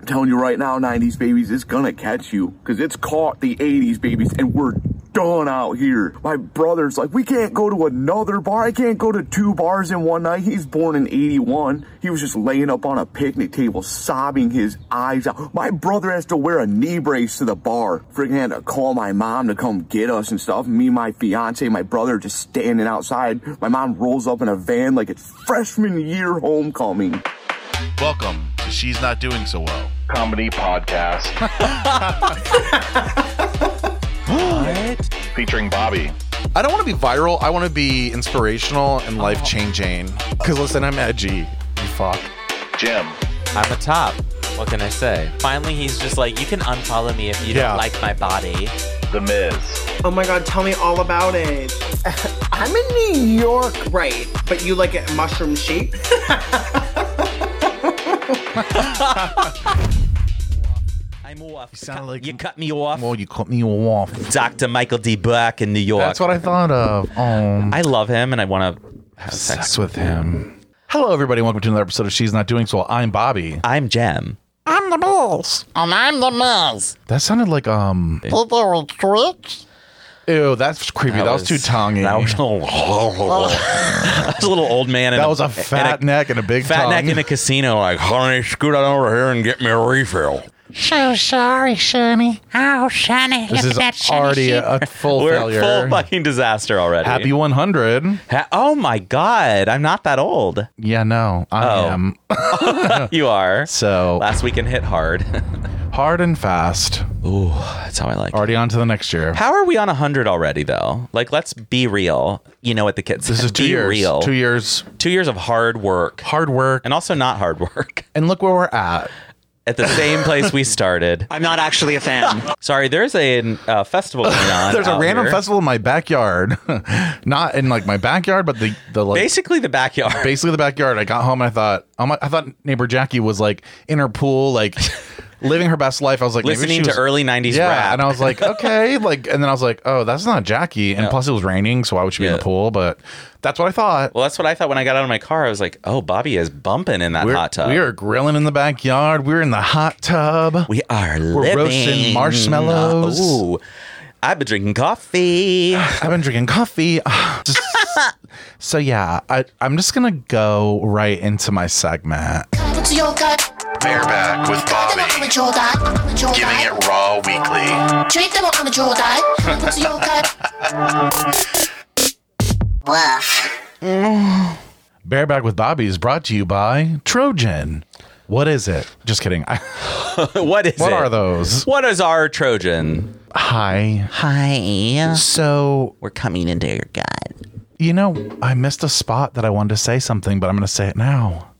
I'm telling you right now, 90s babies, it's gonna catch you. Cause it's caught the 80s babies and we're done out here. My brother's like, we can't go to another bar. I can't go to two bars in one night. He's born in 81. He was just laying up on a picnic table, sobbing his eyes out. My brother has to wear a knee brace to the bar. Friggin' had to call my mom to come get us and stuff. Me, my fiance, my brother just standing outside. My mom rolls up in a van like it's freshman year homecoming. Welcome to She's Not Doing So Well. comedy podcast featuring Bobby. I don't want to be viral. I want to be inspirational and life changing. Because listen, I'm edgy. You fuck. Jim. I'm a top. What can I say? Finally, he's just like, you can unfollow me if you Yeah. don't like my body. The Miz. Oh my god, tell me all about it. I'm in New York, right? But you like it mushroom chic? I'm off. You sound like- you cut me off. Well, you cut me off. Dr. Michael D. Burke in New York. That's what I thought of. Um, I love him, and I want to have sex. sex with him. Hello, everybody. Welcome to another episode of She's Not Doing So Well. I'm Bobby. I'm Jem. I'm the boss. And I'm the Miz. That sounded like, um, People with tricks? ew, that's creepy. That, was, too tonguey. That was a little, That was a little old man. And That was a fat neck and a big fat tongue. neck in a casino. Like, honey, scoot on over here and get me a refill. So sorry, Sonny. Oh, Sonny, This look is at that Sonny already shit. a, a full We're failure. full fucking disaster already. Happy 100. Ha- oh my god, I'm not that old. Yeah, no, I Oh. am. You are. So Last weekend hit hard. hard and fast. Ooh, that's how I like. it. Already on to the next year. How are we on 100 already, though? Like, let's be real. You know what the kids This say. is two be years. real. Two years. Two years of hard work Hard work. and also not hard work And look where we're at. at the same place we started. I'm not actually a fan. Sorry, there's a uh, festival going on. There's a out random here. festival in my backyard. Not in like my backyard, but the the like Basically, the backyard. basically the backyard. I got home and I thought, oh my, I thought neighbor Jackie was like in her pool, like living her best life. I was like, maybe she Listening to was- early 90s Yeah, rap. and I was like, okay, like, and then I was like, oh, that's not Jackie. And plus, it was raining, so why would she be in Yeah. the pool? But that's what I thought. well, that's what I thought when I got out of my car. I was like, oh, Bobby is bumping in that We're, hot tub. we are grilling in the backyard. We're in the hot tub. We are We're living. roasting marshmallows. Ooh. I've been drinking coffee. I've been drinking coffee. Just- so yeah, I, I'm just gonna go right into my segment. What's your gut? Bareback with Treat them Bobby. on the jaw diet. Jaw Giving diet. it raw weekly. Treat them on the jaw diet. What's your gut? Woof. Bareback with Bobby is brought to you by Trojan. What is it? Just kidding. I, what is what it? are those? What is our Trojan? Hi. Hi. So We're coming into your gut. you know, I missed a spot that I wanted to say something, but I'm gonna say it now.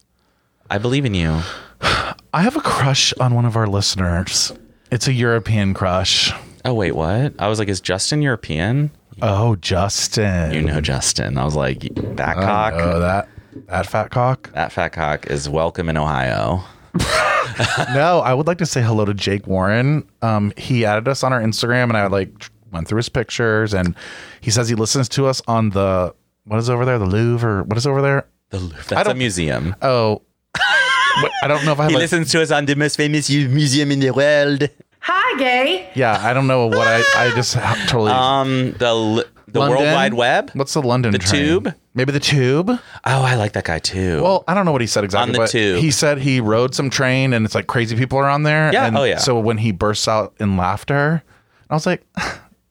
I believe in you. I have a crush on one of our listeners. It's a European crush. Oh wait, what? I was like, is Justin European? Oh, Justin. You know Justin. I was like, that cock, Oh, that that fat cock. that fat cock is welcome in Ohio. No, I would like to say hello to Jake Warren. Um, he added us on our Instagram, and I like tr- went through his pictures, and he says he listens to us on the what is over there, the Louvre, or what is over there? The Louvre. That's a don't- museum. Oh, Wait, I don't know if I have. He like- listens to us on the most famous u- museum in the world. yeah, I don't know what I. I just ha- totally. Um, the l- the London? World Wide Web. What's the London? The train? tube? Maybe the tube. Oh, I like that guy too. Well, I don't know what he said exactly. On the but tube. He said he rode some train, and it's like crazy people are on there. Yeah, And oh, yeah. So when he bursts out in laughter, I was like,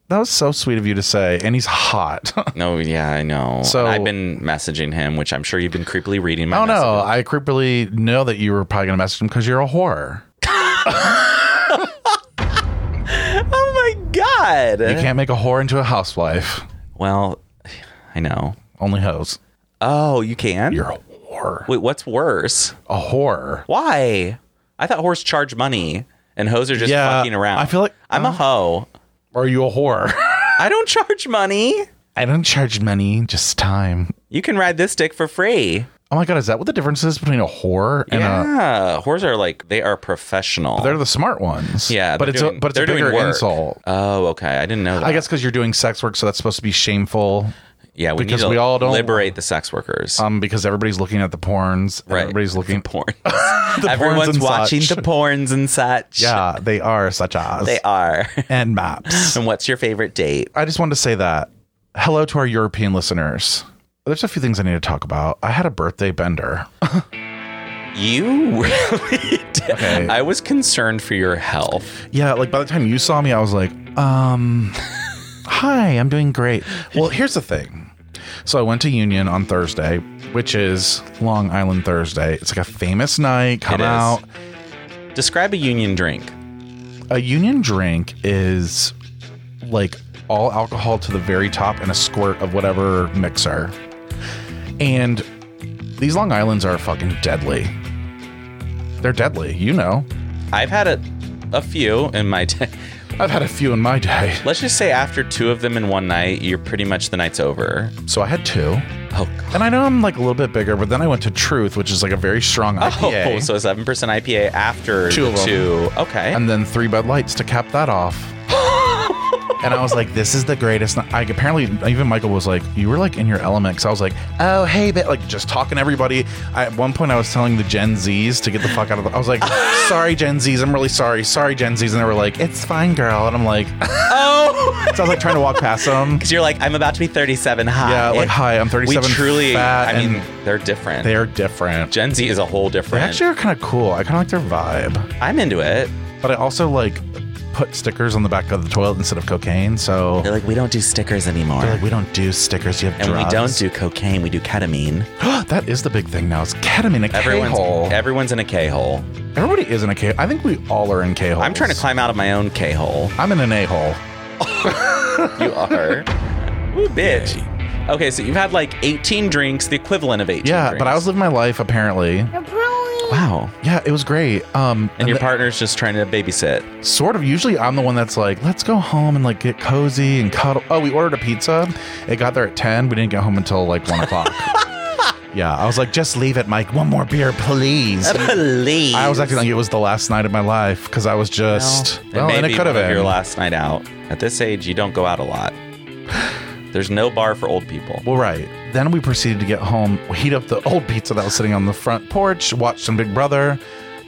"That was so sweet of you to say," and he's hot. no, yeah, I know. So- So I've been messaging him, which I'm sure you've been creepily reading my. Oh no, messages. I creepily know that you were probably gonna message him because you're a whore. Oh my god! You can't make a whore into a housewife. Well, I know. Only hoes. Oh, you can. You're a whore. Wait, what's worse? A whore. Why? I thought whores charge money and hoes are just Yeah, fucking around. I feel like- uh, I'm a hoe. Or are you a whore? I don't charge money. I don't charge money, just time. You can ride this dick for free. Oh my god, is that what the difference is between a whore and a? yeah, whores are like they are professional. They're the smart ones. yeah, but they're it's doing- a, but it's a they're doing bigger work. insult. Oh, okay. I didn't know that. I guess because you're doing sex work, so that's supposed to be shameful. Yeah, we Because need to we all don't- liberate the sex workers. Um, because everybody's looking at the porns. and right. Everybody's looking the porn. porns Everyone's and watching such. the porns and such. Yeah, they are such as They are. and maps. and what's your favorite date? I just wanted to say that. Hello to our European listeners. There's a few things I need to talk about. I had a birthday bender. You really did. Okay. I was concerned for your health. Yeah, like by the time you saw me, I was like, um, hi, I'm doing great. Well, here's the thing. So I went to Union on Thursday, which is Long Island Thursday. It's like a famous night. Come It is. out. Describe a union drink. A Union drink is like all alcohol to the very top and a squirt of whatever mixer. And these Long Islands are fucking deadly. They're deadly, you know. I've had a, a few in my day. I've had a few in my day. Let's just say after two of them in one night, you're pretty much the night's over. So I had two. Oh, God. And I know I'm like a little bit bigger, but then I went to Truth, which is like a very strong IPA, Oh, so a 7% IPA after Two the of 'em. two. Okay. and then three Bud Lights to cap that off. and I was like, "This is the greatest." night." Like apparently, even Michael was like, "You were like in your element." Because I was like, "Oh hey," but like just talking to everybody. I, at one point, I was telling the Gen Zs to get the fuck out of the. I was like, "Sorry, Gen Zs, I'm really sorry. Sorry, Gen Zs," and they were like, "It's fine, girl." And I'm like, oh! so I was like trying to walk past them. Because you're like, I'm about to be 37. Hi. Yeah, like, It- hi, I'm 37, We truly, fat, I mean, and- they're different. They're different. Gen Z is a whole They different. actually are kind of cool. I kind of like their vibe. I'm into it. But I also like put stickers on the back of the toilet instead of cocaine. So They're like, we don't do stickers anymore. they're like, we don't do stickers. You have and we don't drugs." do cocaine, we do ketamine. that is the big thing now. It's ketamine. A Everyone's K-hole. everyone's in a K hole. Everybody is in a K. I think we all are in K holes. I'm trying to climb out of my own K hole. I'm in an a hole. You are. Ooh, bitch. Okay, so you've had like 18 drinks, the equivalent of 18 Yeah, but I was drinks. living my life apparently. Wow. Yeah, it was great. Um, And your the- partner's just trying to babysit. sort of usually I'm the one that's like, let's go home and like get cozy and cuddle. Oh, we ordered a pizza. It got there at ten. We didn't get home until like one o'clock. yeah, I was like, just leave it, Mike. One more beer, please. Please. I was acting like it was the last night of my life because I was just It well, may and it be could have one of been. your last night out. At this age, you don't go out a lot. There's no bar for old people. Well, right. Then we proceeded to get home, heat up the old pizza that was sitting on the front porch, watch some Big Brother,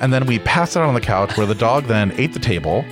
and then we passed it out on the couch where the dog then ate the table,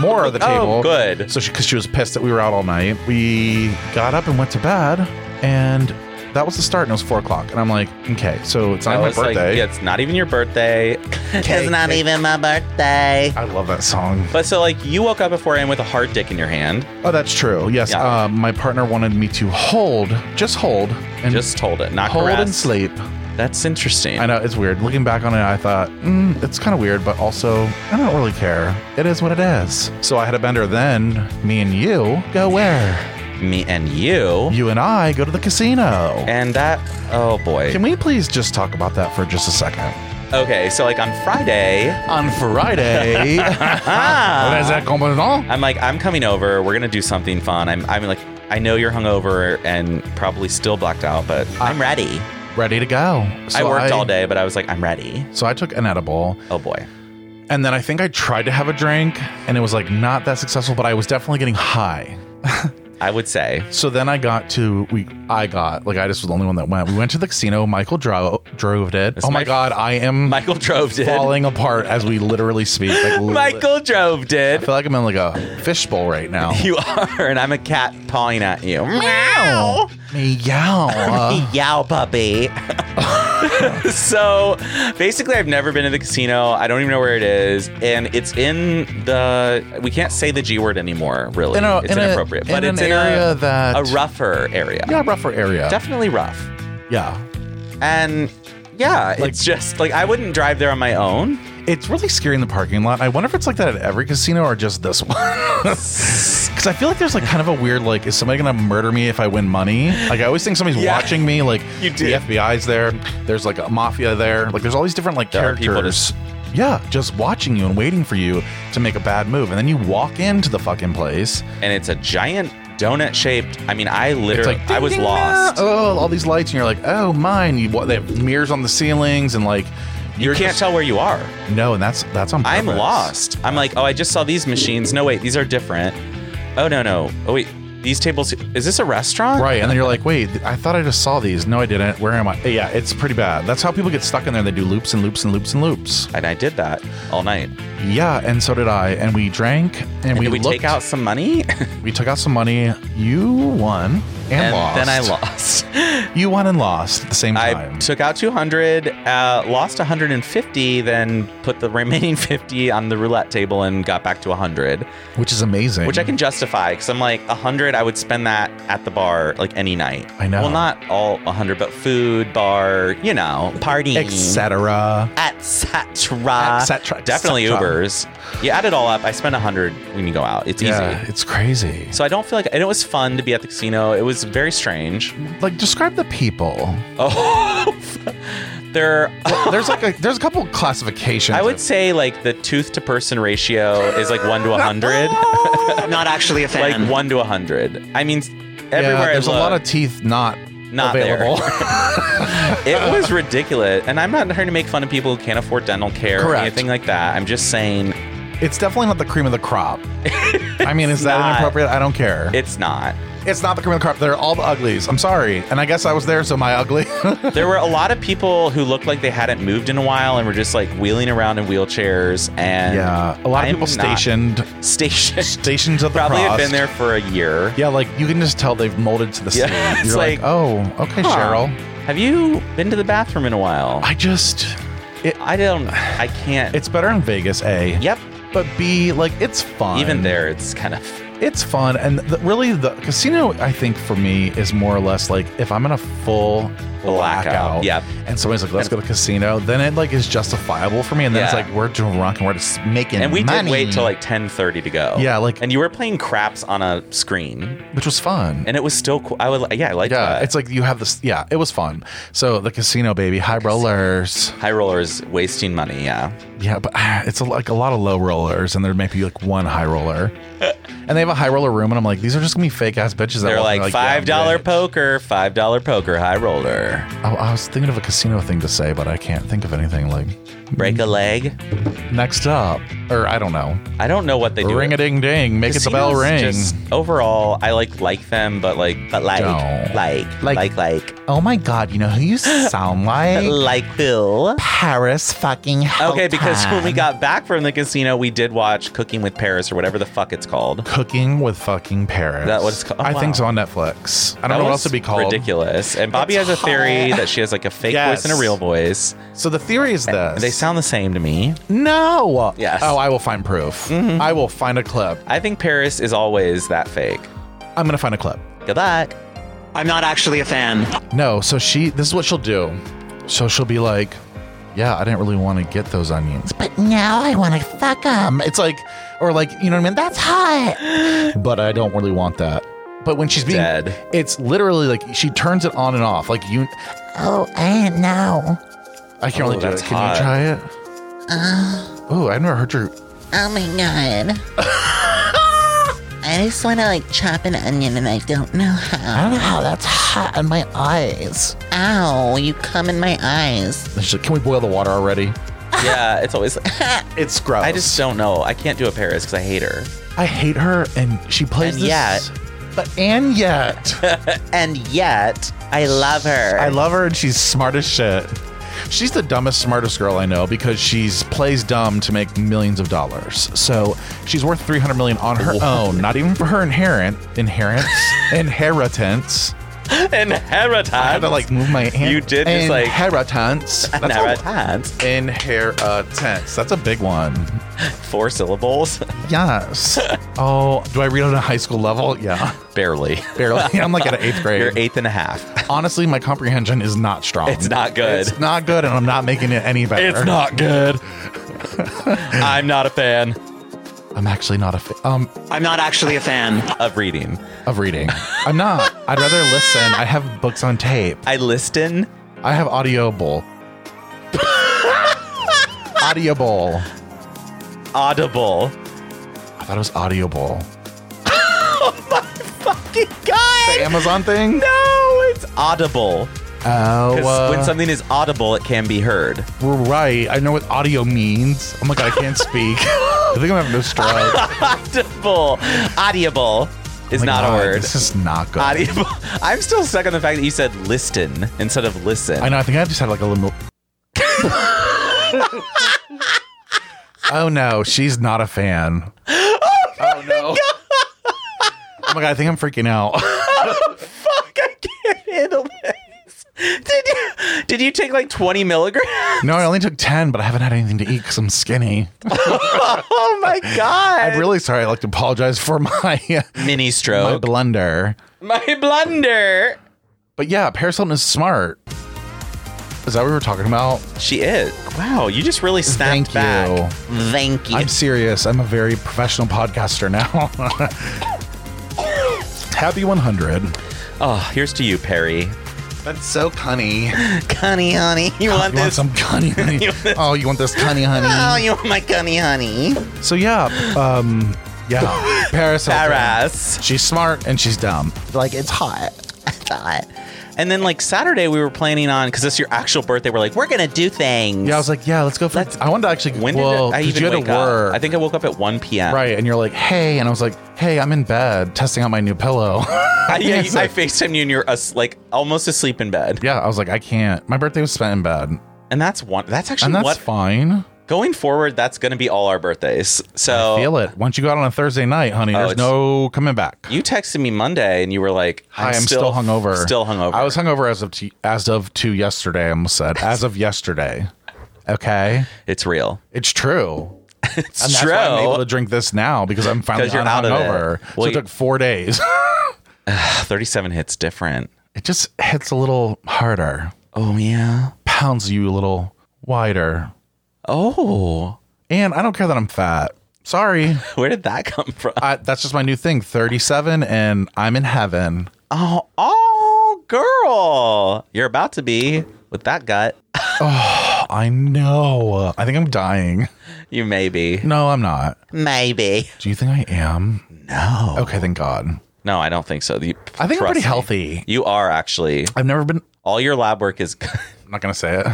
more of the table. Oh, good. So she, because she was pissed that we were out all night, we got up and went to bed, and that was the start. And it was four o'clock, and I'm like, okay, so it's not I my was like, birthday. yeah, it's not even your birthday. it's not even my birthday. I love that song. But so, like, you woke up at 4 a.m. with a hard dick in your hand. Oh, that's true. Yes, Yeah. um, my partner wanted me to hold, just hold, and Just hold it, not hold and harass. sleep. That's interesting. I know it's weird. Looking back on it, I thought mm, it's kind of weird, but also I don't really care. It is what it is. So I had a bender. Then me and you go where? Me and you. You and I go to the casino. And that, oh boy. Can we please just talk about that for just a second? Okay, so like on Friday, ah, On Friday, what is that compliment? I'm like, I'm coming over. We're gonna do something fun. I'm, I'm like, I know you're hungover and probably still blacked out, but I'm ready. Ready to go. So I worked all day, but I was like, I'm ready. So I took an edible, Oh boy. and then I think I tried to have a drink, and it was like not that successful. But I was definitely getting high. I would say So then I got to we I got like I just was the only one that went. We went to the casino. Michael drove drove it. It's oh my, my- god, I am Michael Drove did. falling apart as we literally speak. Like, li- Michael Drove I did. feel like I'm in like a fishbowl right now. You are, and I'm a cat pawing at you. Meow. Meow. Yow, puppy. so basically, I've never been to the casino. I don't even know where it is. And it's in the, we can't say the G word anymore, really. In a- it's in a- inappropriate. but in it's an in area a, that- a rougher area. yeah, rougher area. Definitely rough. yeah. And yeah, it's just like, I wouldn't drive there on my own. It's really scary in the parking lot. I wonder if it's like that at every casino or just this one. Because I feel like there's like kind of a weird like, is somebody gonna murder me if I win money? Like I always think somebody's Yeah. watching me. Like You do. the FBI's there. There's like a mafia there. Like there's all these different like There are characters. people just- yeah, just watching you and waiting for you to make a bad move, and then you walk into the fucking place. And it's a giant donut shaped. I mean, I It's literally, like I was ding, ding, lost. ah, Oh, all these lights, and you're like, oh, mine. You what? They have mirrors on the ceilings, and like You can't tell where you are. tell. No, and that's that's on. I'm purpose. lost. I'm like, oh, I just saw these machines. No, wait, these are different. Oh no, no. Oh wait, these tables. Is this a restaurant? Right. And then you're like, wait, th- I thought I just saw these. No, I didn't. Where am I? Yeah, it's pretty bad. That's how people get stuck in there. They do loops and loops and loops and loops. And I did that all night. Yeah. And so did I. And we drank and, And we, did we looked, take out some money? we took out some money. You won and, and lost. then I lost. You won and lost at the same time. I took out 200, uh, lost 150, then put the remaining 50 on the roulette table and got back to 100, which is amazing. which I can justify because I'm like 100. I would spend that at the bar like any night. I know. Well, not all 100, but food, bar, you know, partying, etc. etc. Et cetera, et Definitely cetera. Ubers. You add it all up. I spend 100 when you go out. It's Yeah, easy. it's crazy. So I don't feel like, and it was fun to be at the casino. It was very strange. Like, describe the people. Oh, they're. There's like a, there's a couple classifications. I would say like the tooth to person ratio is like one to a hundred, Not actually a fan. like one to a hundred. I mean, Yeah, everywhere I there's a lot of looked, teeth not Not there. available. it was ridiculous. And I'm not trying to make fun of people who can't afford dental care or Correct. anything like that. I'm just saying it's definitely not the cream of the crop. I mean, is that not. inappropriate? I don't care. it's not. it's not the cream of the crop. They're all the uglies. I'm sorry. And I guess I was there, so my ugly. There were a lot of people who looked like they hadn't moved in a while and were just like wheeling around in wheelchairs. And yeah, a lot of I'm people not- stationed stationed. stations of the Probably cross. have been there for a year. Yeah, like you can just tell they've molded to the Yeah, scene. it's You're like, like, oh, okay, Huh. Cheryl. Have you been to the bathroom in a while? I just, it, I don't. I can't. it's better in Vegas. A. yep. But B, like it's fun. Even there, it's kind of it's fun and the, really the casino i think for me is more or less like if i'm in a full Blackout, blackout yep. and somebody's like let's go to the casino then it like is justifiable for me and then it's Yeah. like we're drunk and we're just making and we money, did wait till like 10:30 to go. Yeah, like- and you were playing craps on a screen, which was fun and uh, it was still cool. I would, yeah, I liked yeah that. it's like you have this yeah it was fun so the casino baby high rollers high rollers wasting money. Yeah, yeah but ah, it's a, like a lot of low rollers and there may be like one high roller and they have a high roller room and i'm like these are just gonna be fake ass bitches that they're walk in, like, five dollar poke. poker, five dollar poker, high roller, I, I was thinking of a casino thing to say, but I can't think of anything. Like break a leg. next up, or I don't know. I don't know what they do. Ring a ding ding, make it the bell Casinos ring. just- overall, I like like them, but like, but like, Don't. like, Like- like, like, oh my god, you know who you sound like? Oh, like Bill. Paris fucking. Okay, because when we Hilton. got back from the casino, we did watch Cooking with Paris or whatever the fuck it's called. Cooking with fucking Paris. That what it's called? Oh, I wow. think so on Netflix. I don't That know what was else it'd be called. Ridiculous. And Bobby has a theory that she has like a fake Yes. voice and a real voice. So the theory is this: They sound the same to me. no. Yes. Mm-hmm. Oh, I will find proof. I will find a clip. I think Paris is always that fake. I'm gonna find a clip. Good luck. I'm not actually a fan. No, so she this is what she'll do. So she'll be like, Yeah, I didn't really want to get those onions. But now I want to fuck them. It's like, or like, you know what I mean? That's hot. But I don't really want that. But when she's being, Dead. it's literally like she turns it on and off. Like you, Oh, I know. I can't really do that's it. Can hot. you try it? oh, I've never heard your. Oh my god. I just want to like chop an onion and I don't know how. I don't know how that's hot in my eyes. Ow, you come in my eyes. And she's like, Can we boil the water already? Yeah, it's always. It's gross. I just don't know. I can't do a Paris because I hate her. I hate her, and she plays And this- yet- but and yet. And yet, I love her. I love her and she's smart as shit. She's the dumbest, smartest girl I know because she's plays dumb to make millions of dollars. So she's worth three hundred million on her own, not even for her inherent inheritance inheritance. Inheritance. I had to like move my hand. You did just, like- inheritance. That's all- Inheritance. Inheritance. That's a big one. Four syllables. Yes. Oh, do I read on a high school level? Yeah, Barely. barely. I'm like at an eighth grade. You're eighth and a half. Honestly, my comprehension is not strong. It's not good. It's not good, and I'm not making it any better. It's not good. I'm not a fan I'm actually not a fan um, I'm not actually a fan. of reading. of reading. I'm not. I'd rather listen. I have books on tape. I listen. I have Audible. Audible. Audible. I thought it was Audible. Fucking God. The Amazon thing. No, it's audible. Oh, 'Cause uh, when something is audible, it can be heard. we're right. I know what audio means. Oh my god, I can't speak. I think I'm having a stroke. Audible. Audible. is Oh my not God, a word. This is not good. Audible. I'm still stuck on the fact that you said listen instead of listen. I know. I think I just had like a little. oh no, she's not a fan. Oh, no. Oh my god, I think I'm freaking out. Fuck, I can't handle this. Did you, did you take like 20 milligrams? No, I only took 10, but I haven't had anything to eat because I'm skinny. Oh my god. I'm really sorry. I'd like to apologize for my, mini my stroke. blunder. My, blunder. But yeah, Paris Hilton is smart. Is that what we were talking about? She is. Wow, you just really snapped Thank back. you. Thank you. I'm serious. I'm a very professional podcaster now. Happy 100. Oh, here's to you, Perry. That's so cunny. Connie, honey. You want You want this? some cunny honey? oh, you want this cunny Oh, honey? you want my Connie, honey? So yeah, um, yeah, Paris. Hilton. Paris. She's smart and she's dumb. Like it's hot. I thought. And then like Saturday we were planning on because it's your actual birthday. We're like we're gonna do things. Yeah, I was like, yeah, let's go for. Let's- I wanted to actually. when well, did I 'cause even you had wake to work. up? I think I woke up at 1 p.m. Right, and you're like, hey, and I was like, hey, I'm in bed testing out my new pillow. I, yeah, It's I like- FaceTimed you and you're us like almost asleep in bed. yeah, I was like, I can't. My birthday was spent in bed, And that's one. That's actually and that's what fine. going forward. That's gonna be all our birthdays. So Feel it. Once you go out on a Thursday night, honey, Oh, there's it's- no coming back. You texted me Monday and you were like, Hi, I'm, still, hungover. Still hungover. I was hungover as of t- as of two yesterday. I almost said as of yesterday. Okay, It's real. it's true. It's And that's true. why I'm able to drink this now because I'm finally 'Cause you're out of it. hungover. So Well, it you- took four days. 37 hits different. it just hits a little harder, Oh, yeah. pounds you a little wider. Oh, And I don't care that I'm fat. Sorry, where did that come from? I, that's just my new thing. 37, and I'm in heaven. oh, oh, girl. You're about to be with that gut. I know. I think I'm dying. You may be. No, I'm not. Maybe. Do you think I am? No. Okay, thank God. No, I don't think so. You, I think I'm trust pretty me. healthy. You are actually. I've never been. All your lab work is. I'm not gonna say it.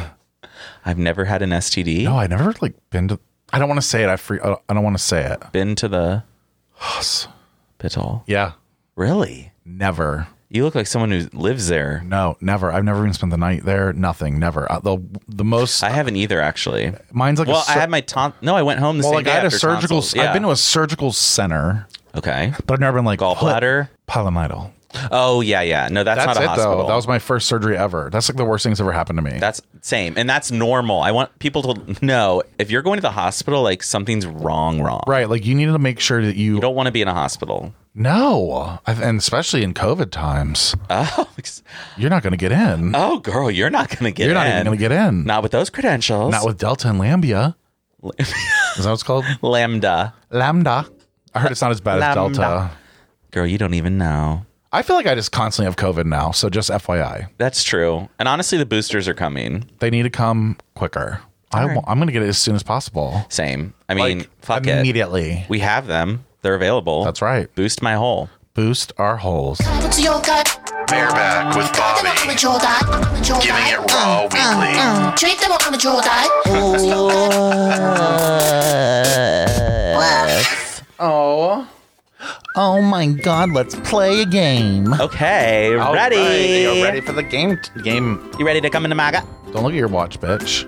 I've never had an STD. No, I never like been to. I don't want to say it. I free. I don't want to say it. Been to the hospital. Yeah. Really? Never. You look like someone who lives there. No, never. I've never even spent the night there. Nothing. Never. Uh, the the most. I haven't either, actually. mine's like. Well, a I sur- had my ton. No, I went home the Well, same like day. I had a after surgical. tonsils. Yeah. I've been to a surgical center, Okay. but I've never been like Gallbladder. Palomidal. Oh yeah, yeah. No, that's, That's not a it hospital. though. That was my first surgery ever. That's like the worst thing that's ever happened to me. that's same, and that's normal. I want people to know if you're going to the hospital, like something's wrong, wrong. right. Like you needed to make sure that you, You don't want to be in a hospital. no, I've, and especially in COVID times, Oh, ex- you're not going to get in. oh, girl, you're not gonna get. you're not in. even going to get in. Not with those credentials. Not with Delta and Lambia. Is that what it's called? Lambda. Lambda. I heard it's not as bad as Lambda. Delta. Girl, you don't even know. I feel like I just constantly have COVID now. So just FYI, That's true. And honestly, the boosters are coming. they need to come quicker. I will, I'm going to get it as soon as possible. Same. I mean, fuck it. immediately. We have them. They're available. That's right. Boost my hole. Boost our holes. What's your gut? Bareback with Them up on the Bobby. jaw dot. On the jaw Giving it dot. raw weekly. Treat them up on the jaw dot. Oh my God! Let's play a game. Okay, ready. for the game? Game. You ready to come into MAGA? Don't look at your watch, bitch.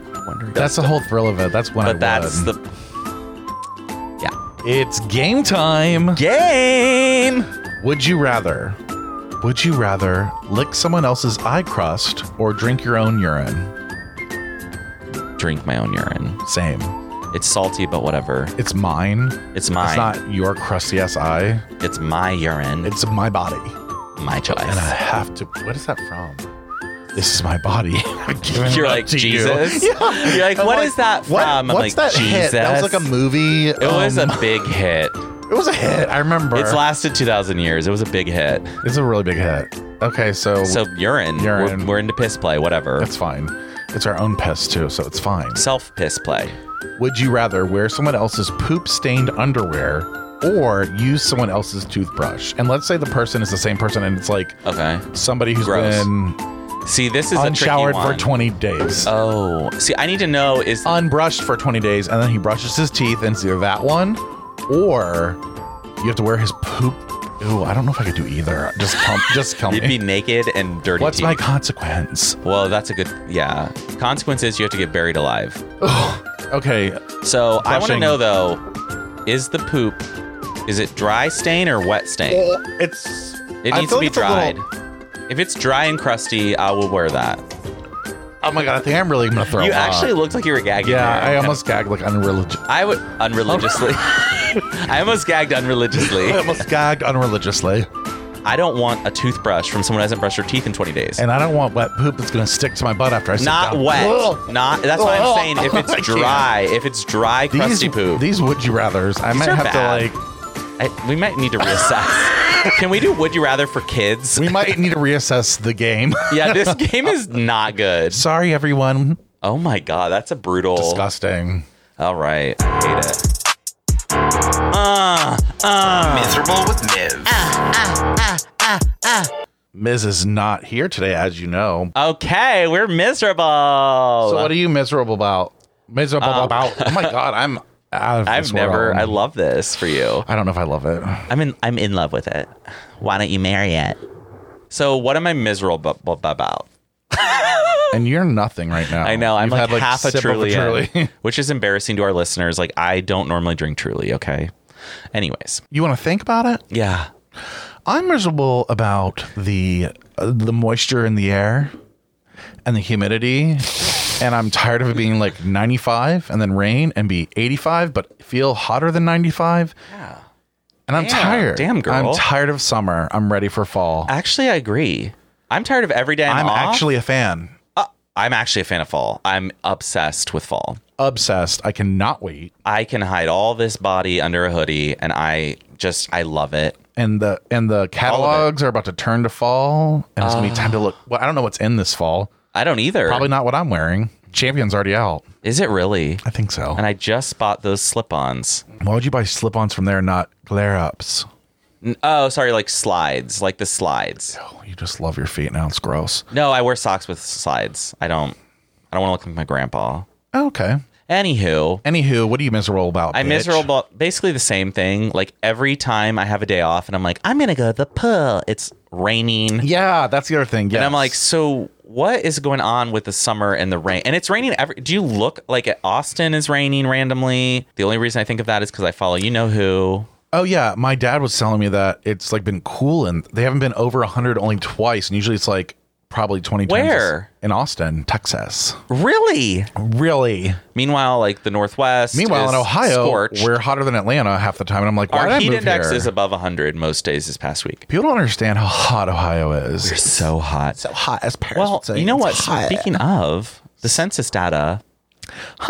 That's the whole thrill of it. That's when I But won. that's the It's game time. game. Would you rather? Would you rather lick someone else's eye crust or drink your own urine? Drink my own urine. Same. It's salty, but whatever. It's mine. It's mine. It's It's, not your crusty ass eye. my urine. It's It's my body. my And I choice. have to. What is that from? This is my body. I'm giving it You're up like to you. Jesus. Yeah. You're like, I'm what is that from? What, I'm what's like, that hit? That was like a Jesus. movie. um, It was a big hit. It was a hit. I remember. It's lasted 2,000 years. It was a big hit. It's a really big hit. Okay, so, So urine. We're- Urine. We're, into piss play. Whatever. it's fine. It's our own piss too, so it's fine. Self piss play. Would you rather wear someone else's poop stained underwear or use someone else's toothbrush? And let's say the person is the same person and it's like Okay. somebody who's Gross. been See, this is unshowered a tricky for Um, one. 20 days, Oh, see, I need to know is unbrushed for 20 days, and then he brushes his teeth and it's either that one or you have to wear his poop Ooh, I don't know if I could do either. Just kill, just kill me. You'd be naked and dirty. What's my teeth. consequence? Well, that's a good. Yeah. Consequence is you have to get buried alive. Okay, So I want to Crushing. know though, is the poop, is it dry stain or wet stain? Oh, it's It I needs feel like to be it's a little- dried. If it's dry and crusty, I will wear that. oh my god, I think I'm really gonna throw you up. actually looked like you were gagging. yeah, there. I almost gagged like unreligious. I would unreligiously. I almost gagged unreligiously. I almost gagged unreligiously, I don't want a toothbrush from someone who hasn't brushed their teeth in 20 days. and I don't want wet poop that's gonna stick to my butt after I sit Not down. wet. Ugh. Not. That's why I'm Ugh. saying if I it's can't. dry, if it's dry, These, crusty poop. these would you rather's, I These might are have bad. to like. I, we might need to reassess. Can we do Would You Rather for kids? We might need to reassess the game. yeah, this game is not good. Sorry, everyone. Oh my god, that's a brutal. Disgusting. All right, hate it. Ah, ah. Miserable with Miv. Miz is not here today, as you know. Okay, we're miserable. So, uh, what are you miserable about? Miserable about? Oh my god, I'm out of Um, I've this never. world. I love this for you. I don't know if I love it. I'm in. I'm in love with it. Why don't you marry it? So, what am I miserable bu- bu- bu- about? And you're nothing right now. I know I'm Oh, You've like, had, half a sip of truly, in, Truly. which is embarrassing to our listeners. Like, I don't normally drink truly. Okay. Anyways, you want to think about it? yeah. I'm miserable about the uh, the moisture in the air and the humidity, and I'm tired of it being like 95 and then rain and be 85, but feel hotter than 95. Yeah. And I'm Damn. tired. Damn, girl. I'm tired of summer. I'm ready for fall. Actually, I agree. I'm tired of every day. I'm, I'm off. Uh, actually a fan. I'm actually a fan of fall. I'm obsessed with fall. Obsessed. I cannot wait. I can hide all this body under a hoodie, and I just I love it. and the and the catalogs are about to turn to fall, and it's gonna be time to look. Well, I don't know what's in this fall. I don't either. Probably not what I'm wearing. Champion's already out. Is it really? I think so. And I just bought those slip-ons. Why would you buy slip-ons from there, not glare-ups? N- Oh, sorry, like slides, like the slides. Oh, you just love your feet now. It's gross. No, I wear socks with slides. I don't. I don't want to look like my grandpa. Okay. Anywho, Anywho, what are you miserable about? I'm bitch? miserable. Basically, the same thing. Like every time I have a day off, and I'm like, I'm gonna go to the pool. It's raining. Yeah, that's the other thing. Yes. And I'm like, so what is going on with the summer and the rain? And it's raining every. Do you look like at Austin is raining randomly? The only reason I think of that is because I follow you know who. oh yeah, my dad was telling me that it's like been cool, and they haven't been over 100 only twice, and usually it's like probably 20 times Where? in Austin, Texas. Really? Really? Meanwhile, like the Northwest. Meanwhile, is in Ohio, scorched. we're hotter than Atlanta half the time, and I'm like, why our did I heat move index here? is above 100 most days this past week. People don't understand how hot Ohio is. It's so hot. so hot as Paris. well, would say. you know It's what? hot. Speaking of the census data,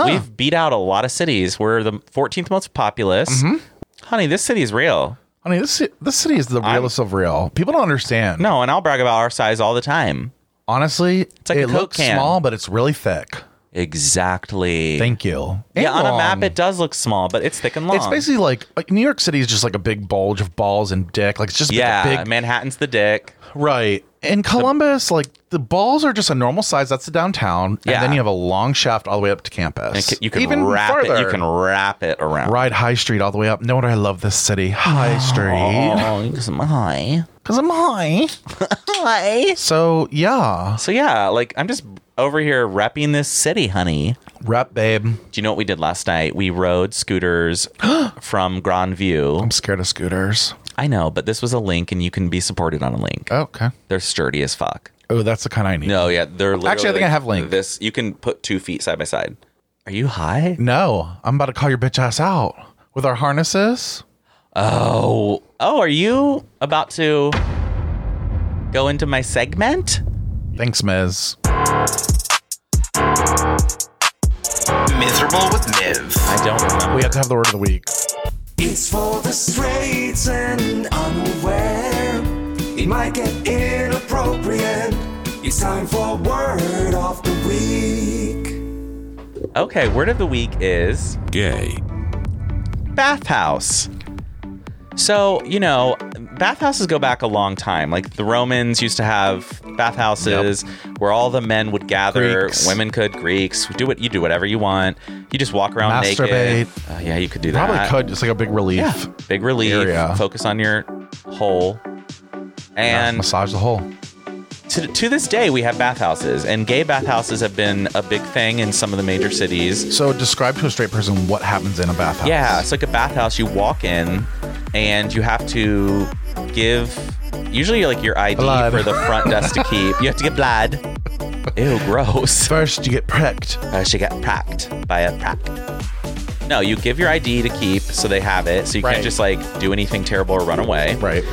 we've beat out a lot of cities. We're the 14th most populous. Mm-hmm. Honey, this city is real. honey, this ci- this city is the realest of real. People don't understand. No, and I'll brag about our size all the time. honestly, it's like a it Coke looks can. small, but it's really thick. Exactly. Thank you. yeah, And on a map long. it does look small, but it's thick and long. it's basically like, like New York City is just like a big bulge of balls and dick. Like it's just yeah. like a big Manhattan's the dick. right. In Columbus, like the balls are just a normal size. That's the downtown, Yeah. and then you have a long shaft all the way up to And campus. c- you can Even wrap farther. it. You can wrap it around. ride High Street all the way up. No wonder I love this city, High Street. Oh, you can some high. Cause I'm high. Hi. So yeah, So yeah, like I'm just over here repping this city, honey. rep babe. Do you know what we did last night? We rode scooters from Grand View. I'm scared of scooters. I know, but this was a link, and you can be supported on a link. Oh, okay. They're sturdy as fuck. Oh, that's the kind I need. No, yeah, they're literally Actually, I think I like have link. This you can put two feet side by side. Are you high? No, I'm about to call your bitch ass out with our harnesses. Oh, oh, are you about to go into my segment? Thanks, Miz. Miserable with Miv. I don't remember. We have to have the word of the week. It's for the straights and unaware. It might get inappropriate. It's time for word of the week. Okay, word of the week is Gay. bathhouse. So, you know, bathhouses go back a long time. Like the Romans used to have bathhouses where all the men would gather, Greeks. women could, Greeks, do what you do whatever you want. You just walk around naked. Masturbate. Uh, yeah, you could do that. Probably could. It's like a big relief. Big relief. Area. Focus on your hole. And massage the hole. to, to this day, we have bathhouses, and gay bathhouses have been a big thing in some of the major cities. So describe to a straight person what happens in a bathhouse. Yeah, it's like a bathhouse. You walk in, and you have to give usually like your ID Blood. for the front desk to keep. You have to get blood. Ew, gross. First, you get pricked. Uh, she got pracked by a prack. No, you give your ID to keep, so they have it, so you Right. can't just like do anything terrible or run away. Right.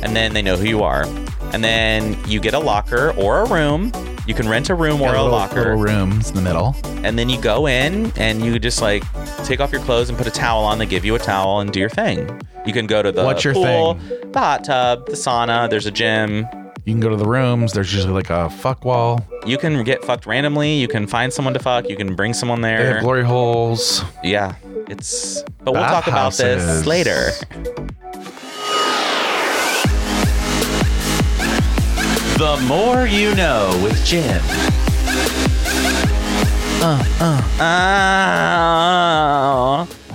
and then they know who you are. And then you get a locker or a room. You can rent a room or Got a little, locker. Little rooms in the middle. And then you go in and you just like take off your clothes and put a towel on. They give you a towel and do your thing. You can go to the What's your pool, thing? the hot tub, the sauna. There's a gym. You can go to the rooms. There's usually like a fuck wall. You can get fucked randomly. You can find someone to fuck. You can bring someone They have there. glory holes. yeah, it's. But Er. we'll talk about this Bathhouses. later. The more you know with Jim. Uh, uh.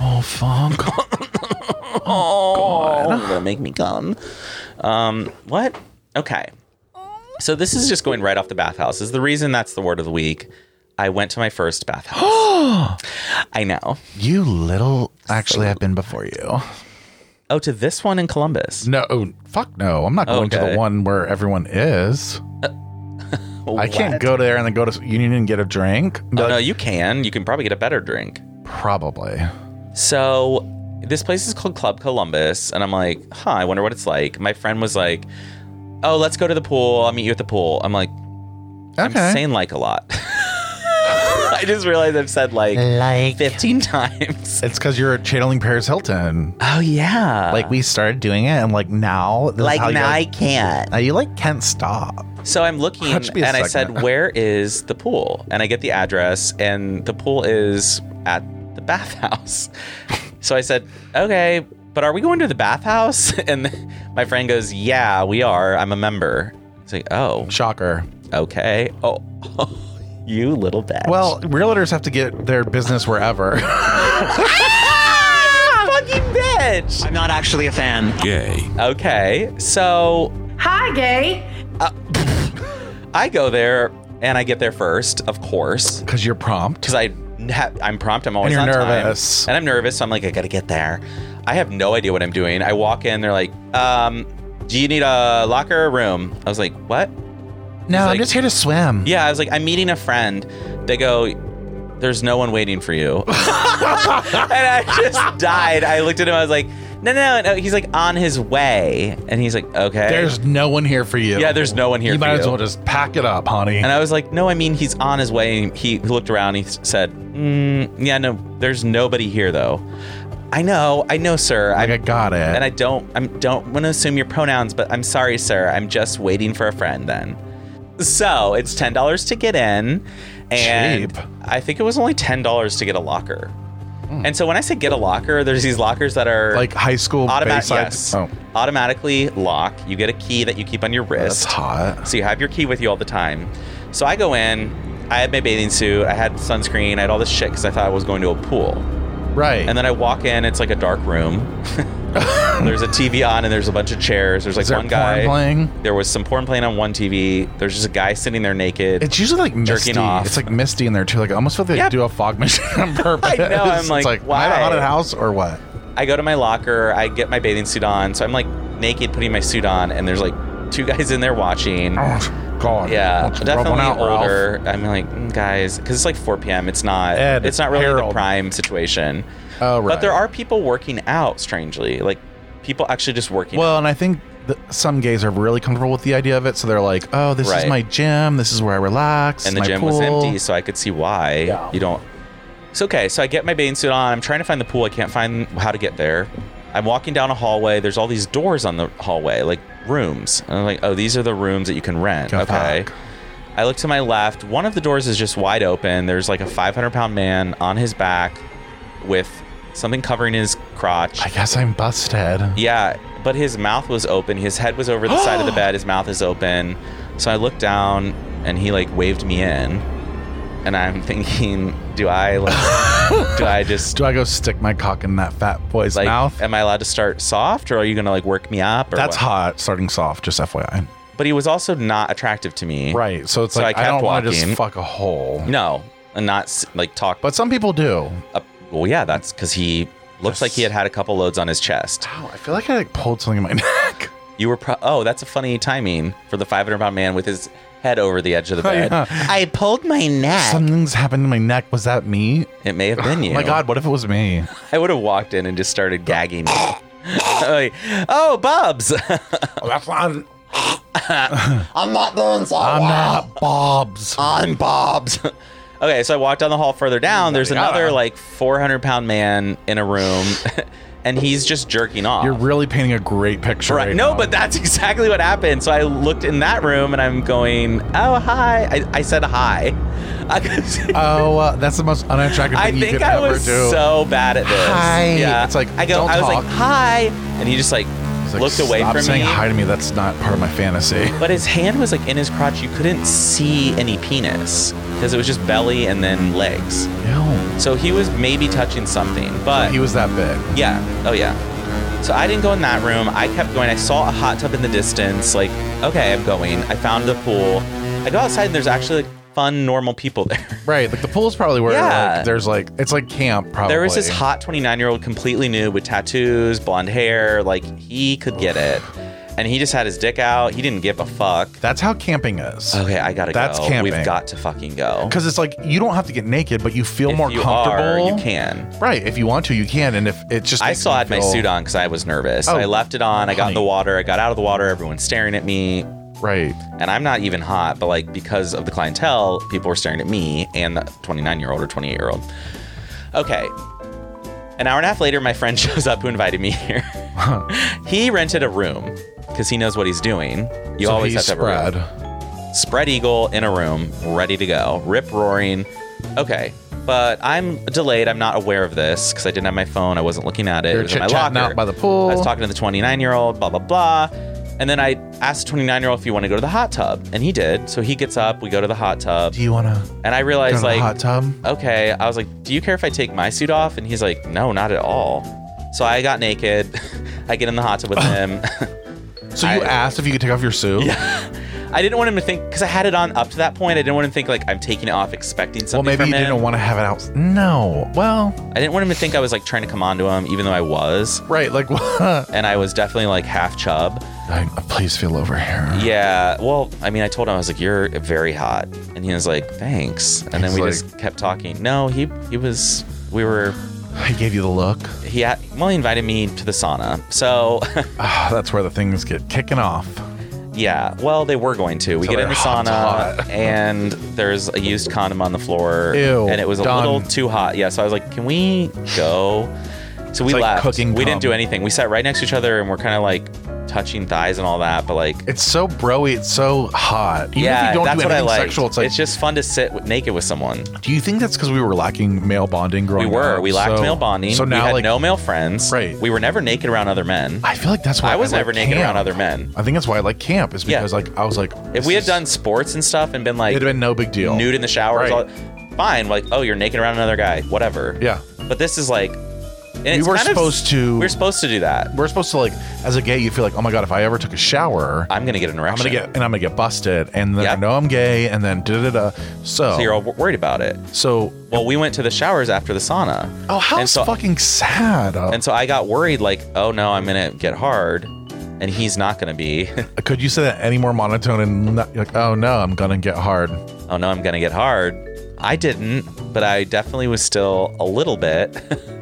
Oh. Oh fuck. Oh, that make me come. Um, what? Okay. So this is just going right off the bathhouse. Is the reason that's the word of the week. I went to my first bathhouse. I know. you little. Actually, I've been before you. Oh, to this one in Columbus. No, oh, fuck no. I'm not going to Okay. the one where everyone is. I can't What? go there and then go to Union and get a drink. Oh, But no, you can. You can probably get a better drink. Probably. So this place is called Club Columbus, and I'm like, huh, I wonder what it's like. My friend was like, oh, let's go to the pool. I'll meet you at the pool. I'm like, Okay. I'm saying like a lot. I just realized I've said like Like, 15 times. It's because you're channeling Paris Hilton. Oh yeah. Like we started doing it, and like now, this is how you, can't. now you like can't stop. so I'm looking That and should be a I segment. said, "Where is the pool?" And I get the address and the pool is at the bathhouse. so I said, "Okay, but are we going to the bathhouse?" And my friend goes, "Yeah, we are. I'm a member." It's like, "Oh, Shocker. okay. Oh, you little bitch." Well, realtors have to get their business wherever. Ah, fucking bitch. I'm not actually a fan. Okay, so Hi, gay. I go there and I get there first, of course. Because you're prompt. because I ha- I'm prompt. I'm always And you're on time. nervous. and I'm nervous. So I'm like, I gotta get there. I have no idea what I'm doing. I walk in. They're like, um, "Do you need a locker or room?" I was like, "What?" No, He's I'm like- just here to swim. Yeah, I was like, "I'm meeting a friend." They go, "There's no one waiting for you," and I just died. I looked at him. I was like, "No, no, no." He's like, "On his way," and he's like, "Okay." There's no one here for you. yeah, there's no one here. You for might you. as well just pack it up, honey. And I was like, no, I mean, he's on his way. And he looked around. And he said, mm, yeah, no, there's nobody here, though. I know. I know, sir. like, I I, got it. and I don't I don't want to assume your pronouns, but I'm sorry, sir. I'm just waiting for a friend then. So it's $10 to get in. And Cheap. Hmm. I think it was only $10 to get a locker. And so when I say get a locker, there's these lockers that are like high school automatic, Bayside- yes, Oh, automatically lock. You get a key that you keep on your wrist. that's hot. So you have your key with you all the time. So I go in, I had my bathing suit, I had sunscreen, I had all this shit because I thought I was going to a pool. Right. And then I walk in, it's like a dark room. there's a TV on and there's a bunch of chairs. There's like Is there one porn guy. playing? There was some porn playing on one TV. There's just a guy sitting there naked. It's usually like misty. off. It's like misty in there too. Like I almost feel like Yeah. they do a fog machine on purpose. I know, I'm like, it's like why? am I at a haunted house or what? I go to my locker, I get my bathing suit on. So I'm like naked putting my suit on, and there's like two guys in there watching. Oh, God. Yeah, Why don't you rub definitely one out, Ralph? older. I mean, like mm, guys, because it's like 4 p.m. It's not. Ed, it's not really the Harold. prime situation. Oh, right. But there are people working out. Strangely, like people actually just working. out. Well, and I think that some gays are really comfortable with the idea of it, so they're like, "Oh, this Right. is my gym. This is where I relax." and the my gym pool. was empty, so I could see why you don't. It's okay. So I get my bathing suit on. I'm trying to find the pool. I can't find how to get there. I'm walking down a hallway. There's all these doors on the hallway, like rooms. And I'm like, oh, these are the rooms that you can rent. Go okay. fuck. I look to my left. One of the doors is just wide open. There's like a 500 pound man on his back with something covering his crotch. I guess I'm busted. Yeah, but his mouth was open. His head was over the side of the bed. His mouth is open. So I looked down and he like waved me in. And I'm thinking, do I like do I just Do I go stick my cock in that fat boy's like? mouth? Am I allowed to start soft, or are you gonna like work me up? Or That's what? hot. Starting soft, just FYI. But he was also not attractive to me. Right. So it's So like I I, kept don't want to just walking. fuck a hole. No, and not s- like talk. But some people do. up. Well, yeah, that's because he looks like he had had a couple loads on his chest. Ow, I feel like I like pulled something in my neck. You were pro- oh, that's a funny timing for the 500 pound man with his head over the edge of the bed. I pulled my neck. Something's happened to my neck. Was that me? It may have been you. Oh my god, what if it was me? I would have walked in and just started gagging. Like, oh, Bubs! Oh, that's not I'm not doing so I'm not Bob's. on Bob's. okay, so I walked down the hall further down. There's another like 400 pound man in a room, and he's just jerking off. You're really painting a great picture. Right. Right. No, now. but that's exactly what happened. So I looked in that room and I'm going, oh, hi. I, I said hi. I, could- Oh, uh, that's the most unattractive I thing you think could I ever was do. so bad at this. Hi. Yeah. It's like, I go, don't I was talk. like, hi. And he just like, It's like, looked away stop from saying me. hi to me. That's not part of my fantasy. But his hand was like in his crotch. You couldn't see any penis because it was just belly and then legs. No. So he was maybe touching something, but He was that big. Yeah. Oh, yeah. So I didn't go in that room. I kept going. I saw a hot tub in the distance. Like, okay, I'm going. I found the pool. I go outside and there's actually like fun, normal people there. Right. Like the pool's probably where Yeah. like, there's like it's like camp probably. There was this hot 29 year old, completely nude with tattoos, blonde hair. Like, he could get it. And he just had his dick out. He didn't give a fuck. That's how camping is. Okay, I gotta That's go. camping. We've got to fucking go. Because it's like you don't have to get naked, but you feel If more you comfortable. Are, you can. Right. If you want to, you can. And if it just I makes still you had my feel- suit on because I was nervous. Oh, I left it on. I got in the honey. water. I got out of the water. Everyone's staring at me. Right. and I'm not even hot, but like because of the clientele, people were staring at me and the 29 year old or 28 year old. Okay. An hour and a half later, my friend shows up who invited me here. he rented a room because he knows what he's doing. You So always he have to have a room spread. spread eagle in a room, ready to go, rip roaring. Okay, but I'm delayed. I'm not aware of this because I didn't have my phone. I wasn't looking at it. You're it was in my chit-chatting locker. out by the pool. I was talking to the 29 year old. Blah blah blah. And then I asked the 29 year old if you want to go to the hot tub, and he did. So he gets up. We go to the hot tub, Do you want to and I go to realized the like hot tub? okay. I was like, do you care if I take my suit off? And he's like, no, not at all. So I got naked. I get in the hot tub with him. So you I- asked if you could take off your suit. Yeah. I didn't want him to think because I had it on up to that point. I didn't want him to think like I'm taking it off, expecting Well, something. maybe from you him. didn't want to have it out. No. Well, I didn't want him to think I was like trying to come on to him, even though I was, right. Like, and I was definitely like half chub. I, please feel over here. Yeah. Well, I mean, I told him I was like, "You're very hot," and he was like, "Thanks." And then He's we like- just kept talking. No, he he was. We were. He gave you the look. He had, well, he invited me to the sauna. So, Ah, that's where the things get kicking off. yeah. Well, they were going to. We So get in they're the hot, sauna, hot. and there's a used condom on the floor, Ew, and it was a done. little too hot. Yeah. So I was like, "Can we go?" So we like left. cooking we cum. didn't do anything. We sat right next to each other, and we're kind of like touching thighs and all that, but like. It's so broy. It's so hot. Even yeah, if you don't that's do what I anything like. sexual, it's like, just fun to sit w- naked with someone. do you think that's because we were lacking male bonding We growing up? were. We lacked So- male bonding. So now, we had like, no male friends. Right. We were never naked around other men. I feel like that's why I was like never naked camp. around other men. I think that's why I like camp is Yeah. because like I was like If this we had is- done sports and stuff and been like it'd have been no big deal. nude in the shower, Right. all, fine. Like, oh, you're naked around another guy, whatever. yeah. But this is like, and We it's were kind of- supposed to- We were supposed to do that. We're supposed to like as a gay, you feel like oh my god, if I ever took a shower, I'm gonna get an I'm erection. gonna get and I'm gonna get busted, and then Yep. I know I'm gay, and then da da da. So So Oh. you're all w- worried about it. so Well, we went to the showers after the sauna. oh, how and so- fucking sad. Uh, And so I got worried, like, oh no, I'm gonna get hard, and he's not gonna be. Could you say that any more monotone and not, like oh no, I'm gonna get hard. oh no, I'm gonna get hard. I didn't, but I definitely was still a little bit,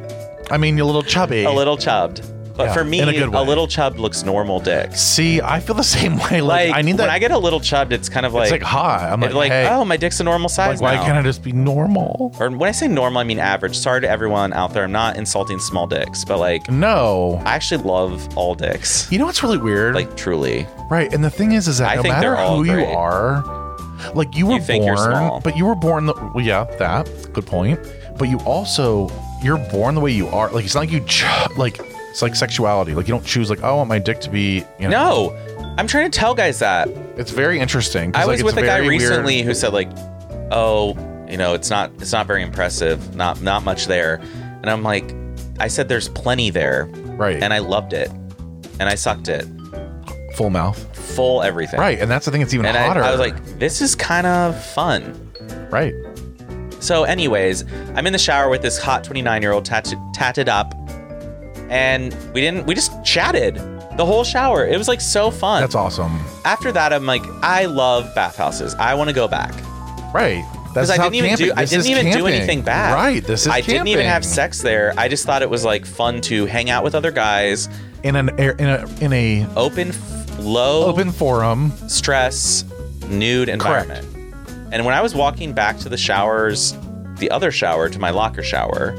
I mean, you're a little chubby. a little chubbed. But Yeah, for me, in a, a good way. little chubbed looks normal dick. See, I feel the same way. Like, Like I need that. when I get a little chubbed, it's kind of like, it's like hot. I'm like, it's like, hey, oh, my dick's a normal like size why now. can't I just be normal? or when I say normal, I mean average. Sorry to everyone out there. I'm not insulting small dicks, but like, No. I actually love all dicks. You know what's really weird? Like truly, Right. And the thing is, is that I no think they're matter all who you great. are, like you were think you're born, small. but you were born the well, yeah, that good point. But you also you're born the way you are. Like it's not like you cho- like it's like sexuality. Like you don't choose like oh, I want my dick to be. You know, no. I'm trying to tell guys that it's very interesting. 'cause, I like, was it's with a guy very weird- recently who said like, "Oh, You know, it's not it's not very impressive. Not not much there. And I'm like, I said there's plenty there, Right. and I loved it, and I sucked it full mouth. full everything. Right. And that's the thing. It's even And I, hotter. I was like, this is kind of fun. right. So, anyways, I'm in the shower with this hot 29 year old tatted, tatted up, and we didn't. We just chatted the whole shower. It was like so fun. That's awesome. After that, I'm like, I love bathhouses. I want to go back. Right. That's Because I how didn't even do camping- I this didn't is even do camping. anything bad. Right. This is I didn't even have camping. sex there. I just thought it was like fun to hang out with other guys, in an air in a in a open, f- low, open forum. stress, nude environment. And when I was walking back to the showers, the other shower to my locker shower,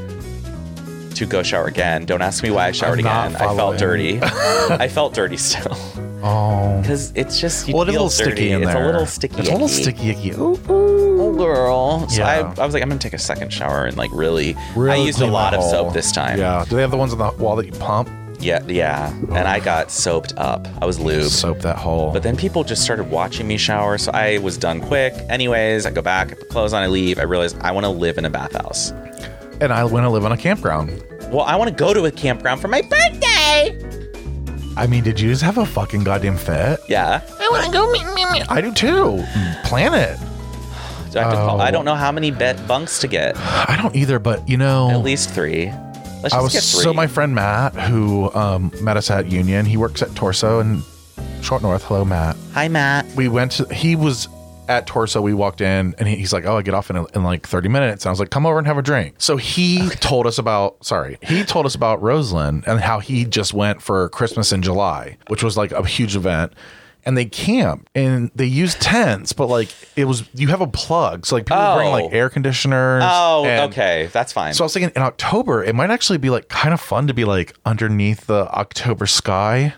to go shower again. Don't ask me why I showered I'm not again. I felt following. dirty. I felt dirty still Oh. because it's just you Well, it feel is a little dirty. sticky in it's there. a little sticky. It's a little icky. sticky icky. Ooh. Oh, girl. So Yeah. I, I was like, I'm gonna take a second shower and like really. I Really used a clean lot that of hole. soap this time. Yeah. Do they have the ones on the wall that you pump? yeah, yeah. And I got soaped up. I was lubed. Soap that hole. But then people just started watching me shower, so I was done quick. Anyways, I go back, I put clothes on, I leave. I realize I want to live in a bathhouse. and I want to live on a campground. Well, I want to go to a campground for my birthday. I mean, did you just have a fucking goddamn fit? Yeah, I wanna go meet me, me. I do too. Planet. do I, have to call? Oh. I don't know how many bed bunks to get. I don't either, but you know, At least three. Let's just I was get three. so my friend Matt, who um, met us at Union, he works at Torso in Short North. Hello, Matt. Hi, Matt. We went to he was at Torso. We walked in and he, he's like, "Oh, I get off in, in like thirty minutes." And I was like, "Come over and have a drink." So he told us about sorry, he told us about Roseland and how he just went for Christmas in July, which was like a huge event. And they camped and they used tents, but like it was you have a plug, so like people bring Oh. like air conditioners. Oh, and- okay, that's fine. so I was thinking in October, it might actually be like kind of fun to be like underneath the October sky.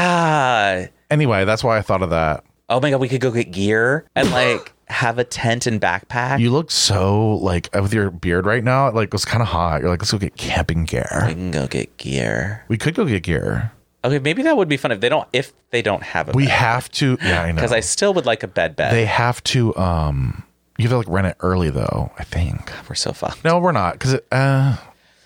yeah. Anyway, that's why I thought of that. Oh my god, we could go get gear and like have a tent and backpack. You look so like with your beard right now, it, like was kind of hot. You're like, let's go get camping we gear. can go get gear. We could go get gear. Okay, maybe that would be fun if they don't if they don't have a We have to. Yeah, I know. because I still would like a bed bed. they have to. Um, you have to like rent it early though. I think. We're so fucked. No, we're not because uh,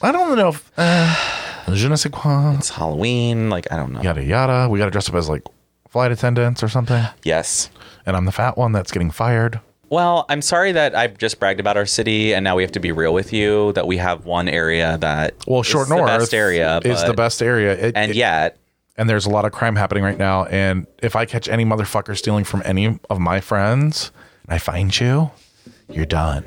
I don't know if uh, je ne sais quoi. It's Halloween. Like I don't know. Yada yada. We got to dress up as like flight attendants or something. Yes. And I'm the fat one that's getting fired. Well, I'm sorry that I've just bragged about our city, and now we have to be real with you that we have one area that Well, is Short the North best area is but- the best area, It- and it- yet and there's a lot of crime happening right now. And if I catch any motherfucker stealing from any of my friends, and I find you, you're done.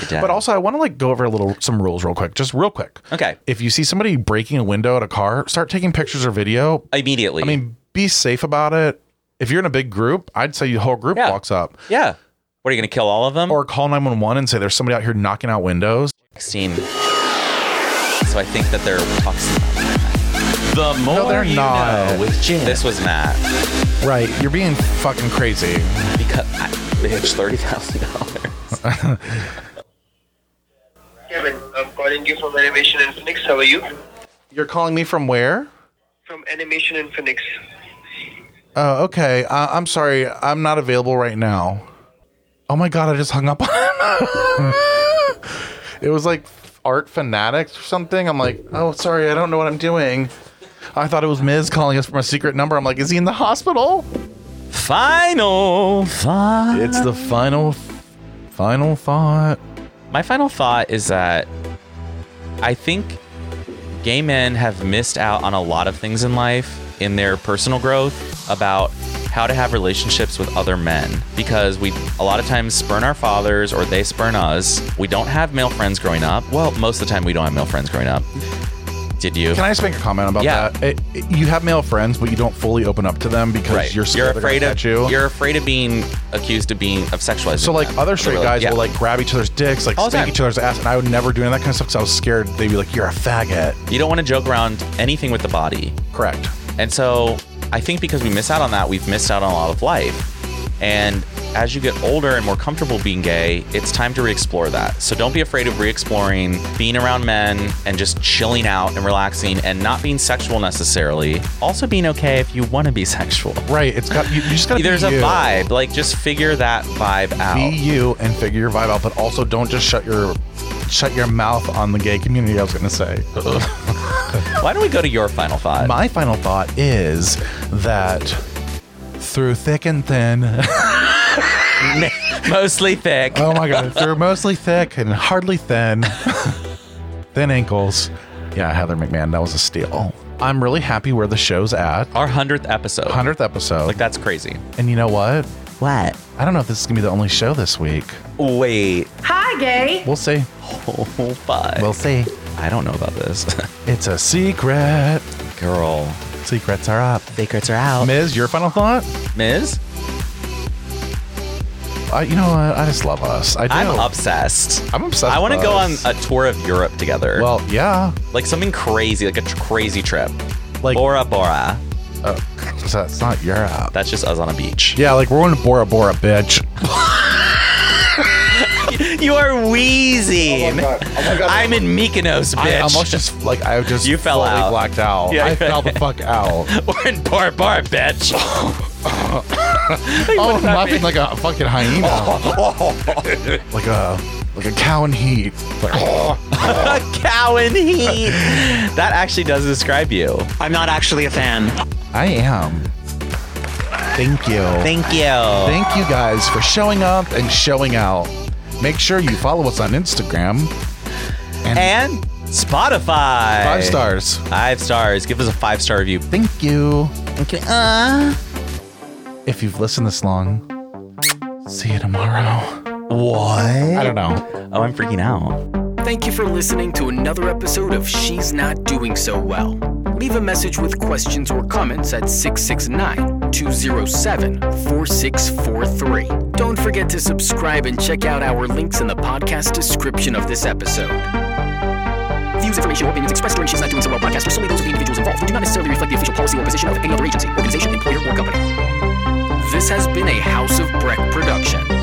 it does. But also, I want to like go over a little some rules real quick, just real quick. Okay. If you see somebody breaking a window at a car, start taking pictures or video. immediately. I mean, be safe about it. If you're in a big group, I'd say the whole group Yeah. walks up yeah. What are you going to kill all of them? or call 911 and say there's somebody out here knocking out windows. 16. So I think that they're the more No, they're you not. know with Jim. This was Matt Right. You're being fucking crazy. because I, bitch thirty thousand dollars. Kevin, I'm calling you from Animation in Phoenix. How are you? You're calling me from where? From Animation in Phoenix. Oh, okay. Uh, I'm sorry. I'm not available right now. Oh my god, I just hung up on It was like art fanatics or something. I'm like, oh, sorry, I don't know what I'm doing. I thought it was Miz calling us from a secret number. I'm like, is he in the hospital? Final thought. It's the final, final thought. My final thought is that I think gay men have missed out on a lot of things in life in their personal growth about how to have relationships with other men because we a lot of times spurn our fathers or they spurn us. We don't have male friends growing up. Well, most of the time we don't have male friends growing up. Did you? Can I just make a comment about Yeah. that? It, it- you have male friends, but you don't fully open up to them because right. you're scared they're gonna afraid of catch you. are afraid of being accused of being of sexualizing. So like them. other straight Literally. guys Yeah. will like grab each other's dicks, like All the spank time. each other's ass, and I would never do any of that kind of stuff because I was scared they'd be like, "You're a faggot." you don't want to joke around anything with the body. Correct. And so I think because we miss out on that, we've missed out on a lot of life. And as you get older and more comfortable being gay, it's time to re explore that. So don't be afraid of re exploring being around men and just chilling out and relaxing and not being sexual necessarily. Also, being okay if you want to be sexual. Right. It's got you, you just gotta be There's a you. vibe. Like, just figure that vibe out. Be you and figure your vibe out, but also don't just shut your shut your mouth on the gay community. I was gonna say. Why don't we go to your final thought? My final thought is that through thick and thin. Mostly thick. Oh my god, they're mostly thick and hardly thin. thin ankles. Yeah, Heather McMahon, that was a steal. I'm really happy where the show's at. Our 100th episode. 100th episode. Like that's crazy. and you know what? What? I don't know if this is going to be the only show this week. Wait. Hi, gay. We'll see. Oh, fuck. We'll see. I don't know about this. It's a secret. Girl. Secrets are up. Secrets are out. Ms., your final thought? Ms? I, you know what? I just love us. I do. I'm obsessed. I'm obsessed I want to with go on us. a tour of Europe together. Well, yeah. like something crazy, like a tr- crazy trip. Like- Bora Bora. Oh, so it's not your app. That's just us on a beach. Yeah, like we're going to Bora Bora, bitch. you are wheezing. Oh I'm in Mykonos, bitch. I almost just like I just You fell fully out. blacked out. Yeah. I fell the fuck out. We're in Bora Bora, bitch. oh, I'm laughing like a fucking hyena, like a like a cow in heat. Like, Cow in heat. That actually does describe you. I'm not actually a fan. I am. Thank you. Thank you. Thank you guys for showing up and showing out. Make sure you follow us on Instagram. and Spotify. Five stars. Five stars. Give us a five star review. Thank you. Okay. Uh, If you've listened this long, see you tomorrow. What? I don't know. Oh, I'm freaking out. Thank you for listening to another episode of She's Not Doing So Well. Leave a message with questions or comments at 669 207 4643. Don't forget to subscribe and check out our links in the podcast description of this episode. Views, information, or opinions expressed during She's Not Doing So Well podcast are solely those of the individuals involved and do not necessarily reflect the official policy or position of any other agency, organization, employer, or company. This has been a House of Breck production.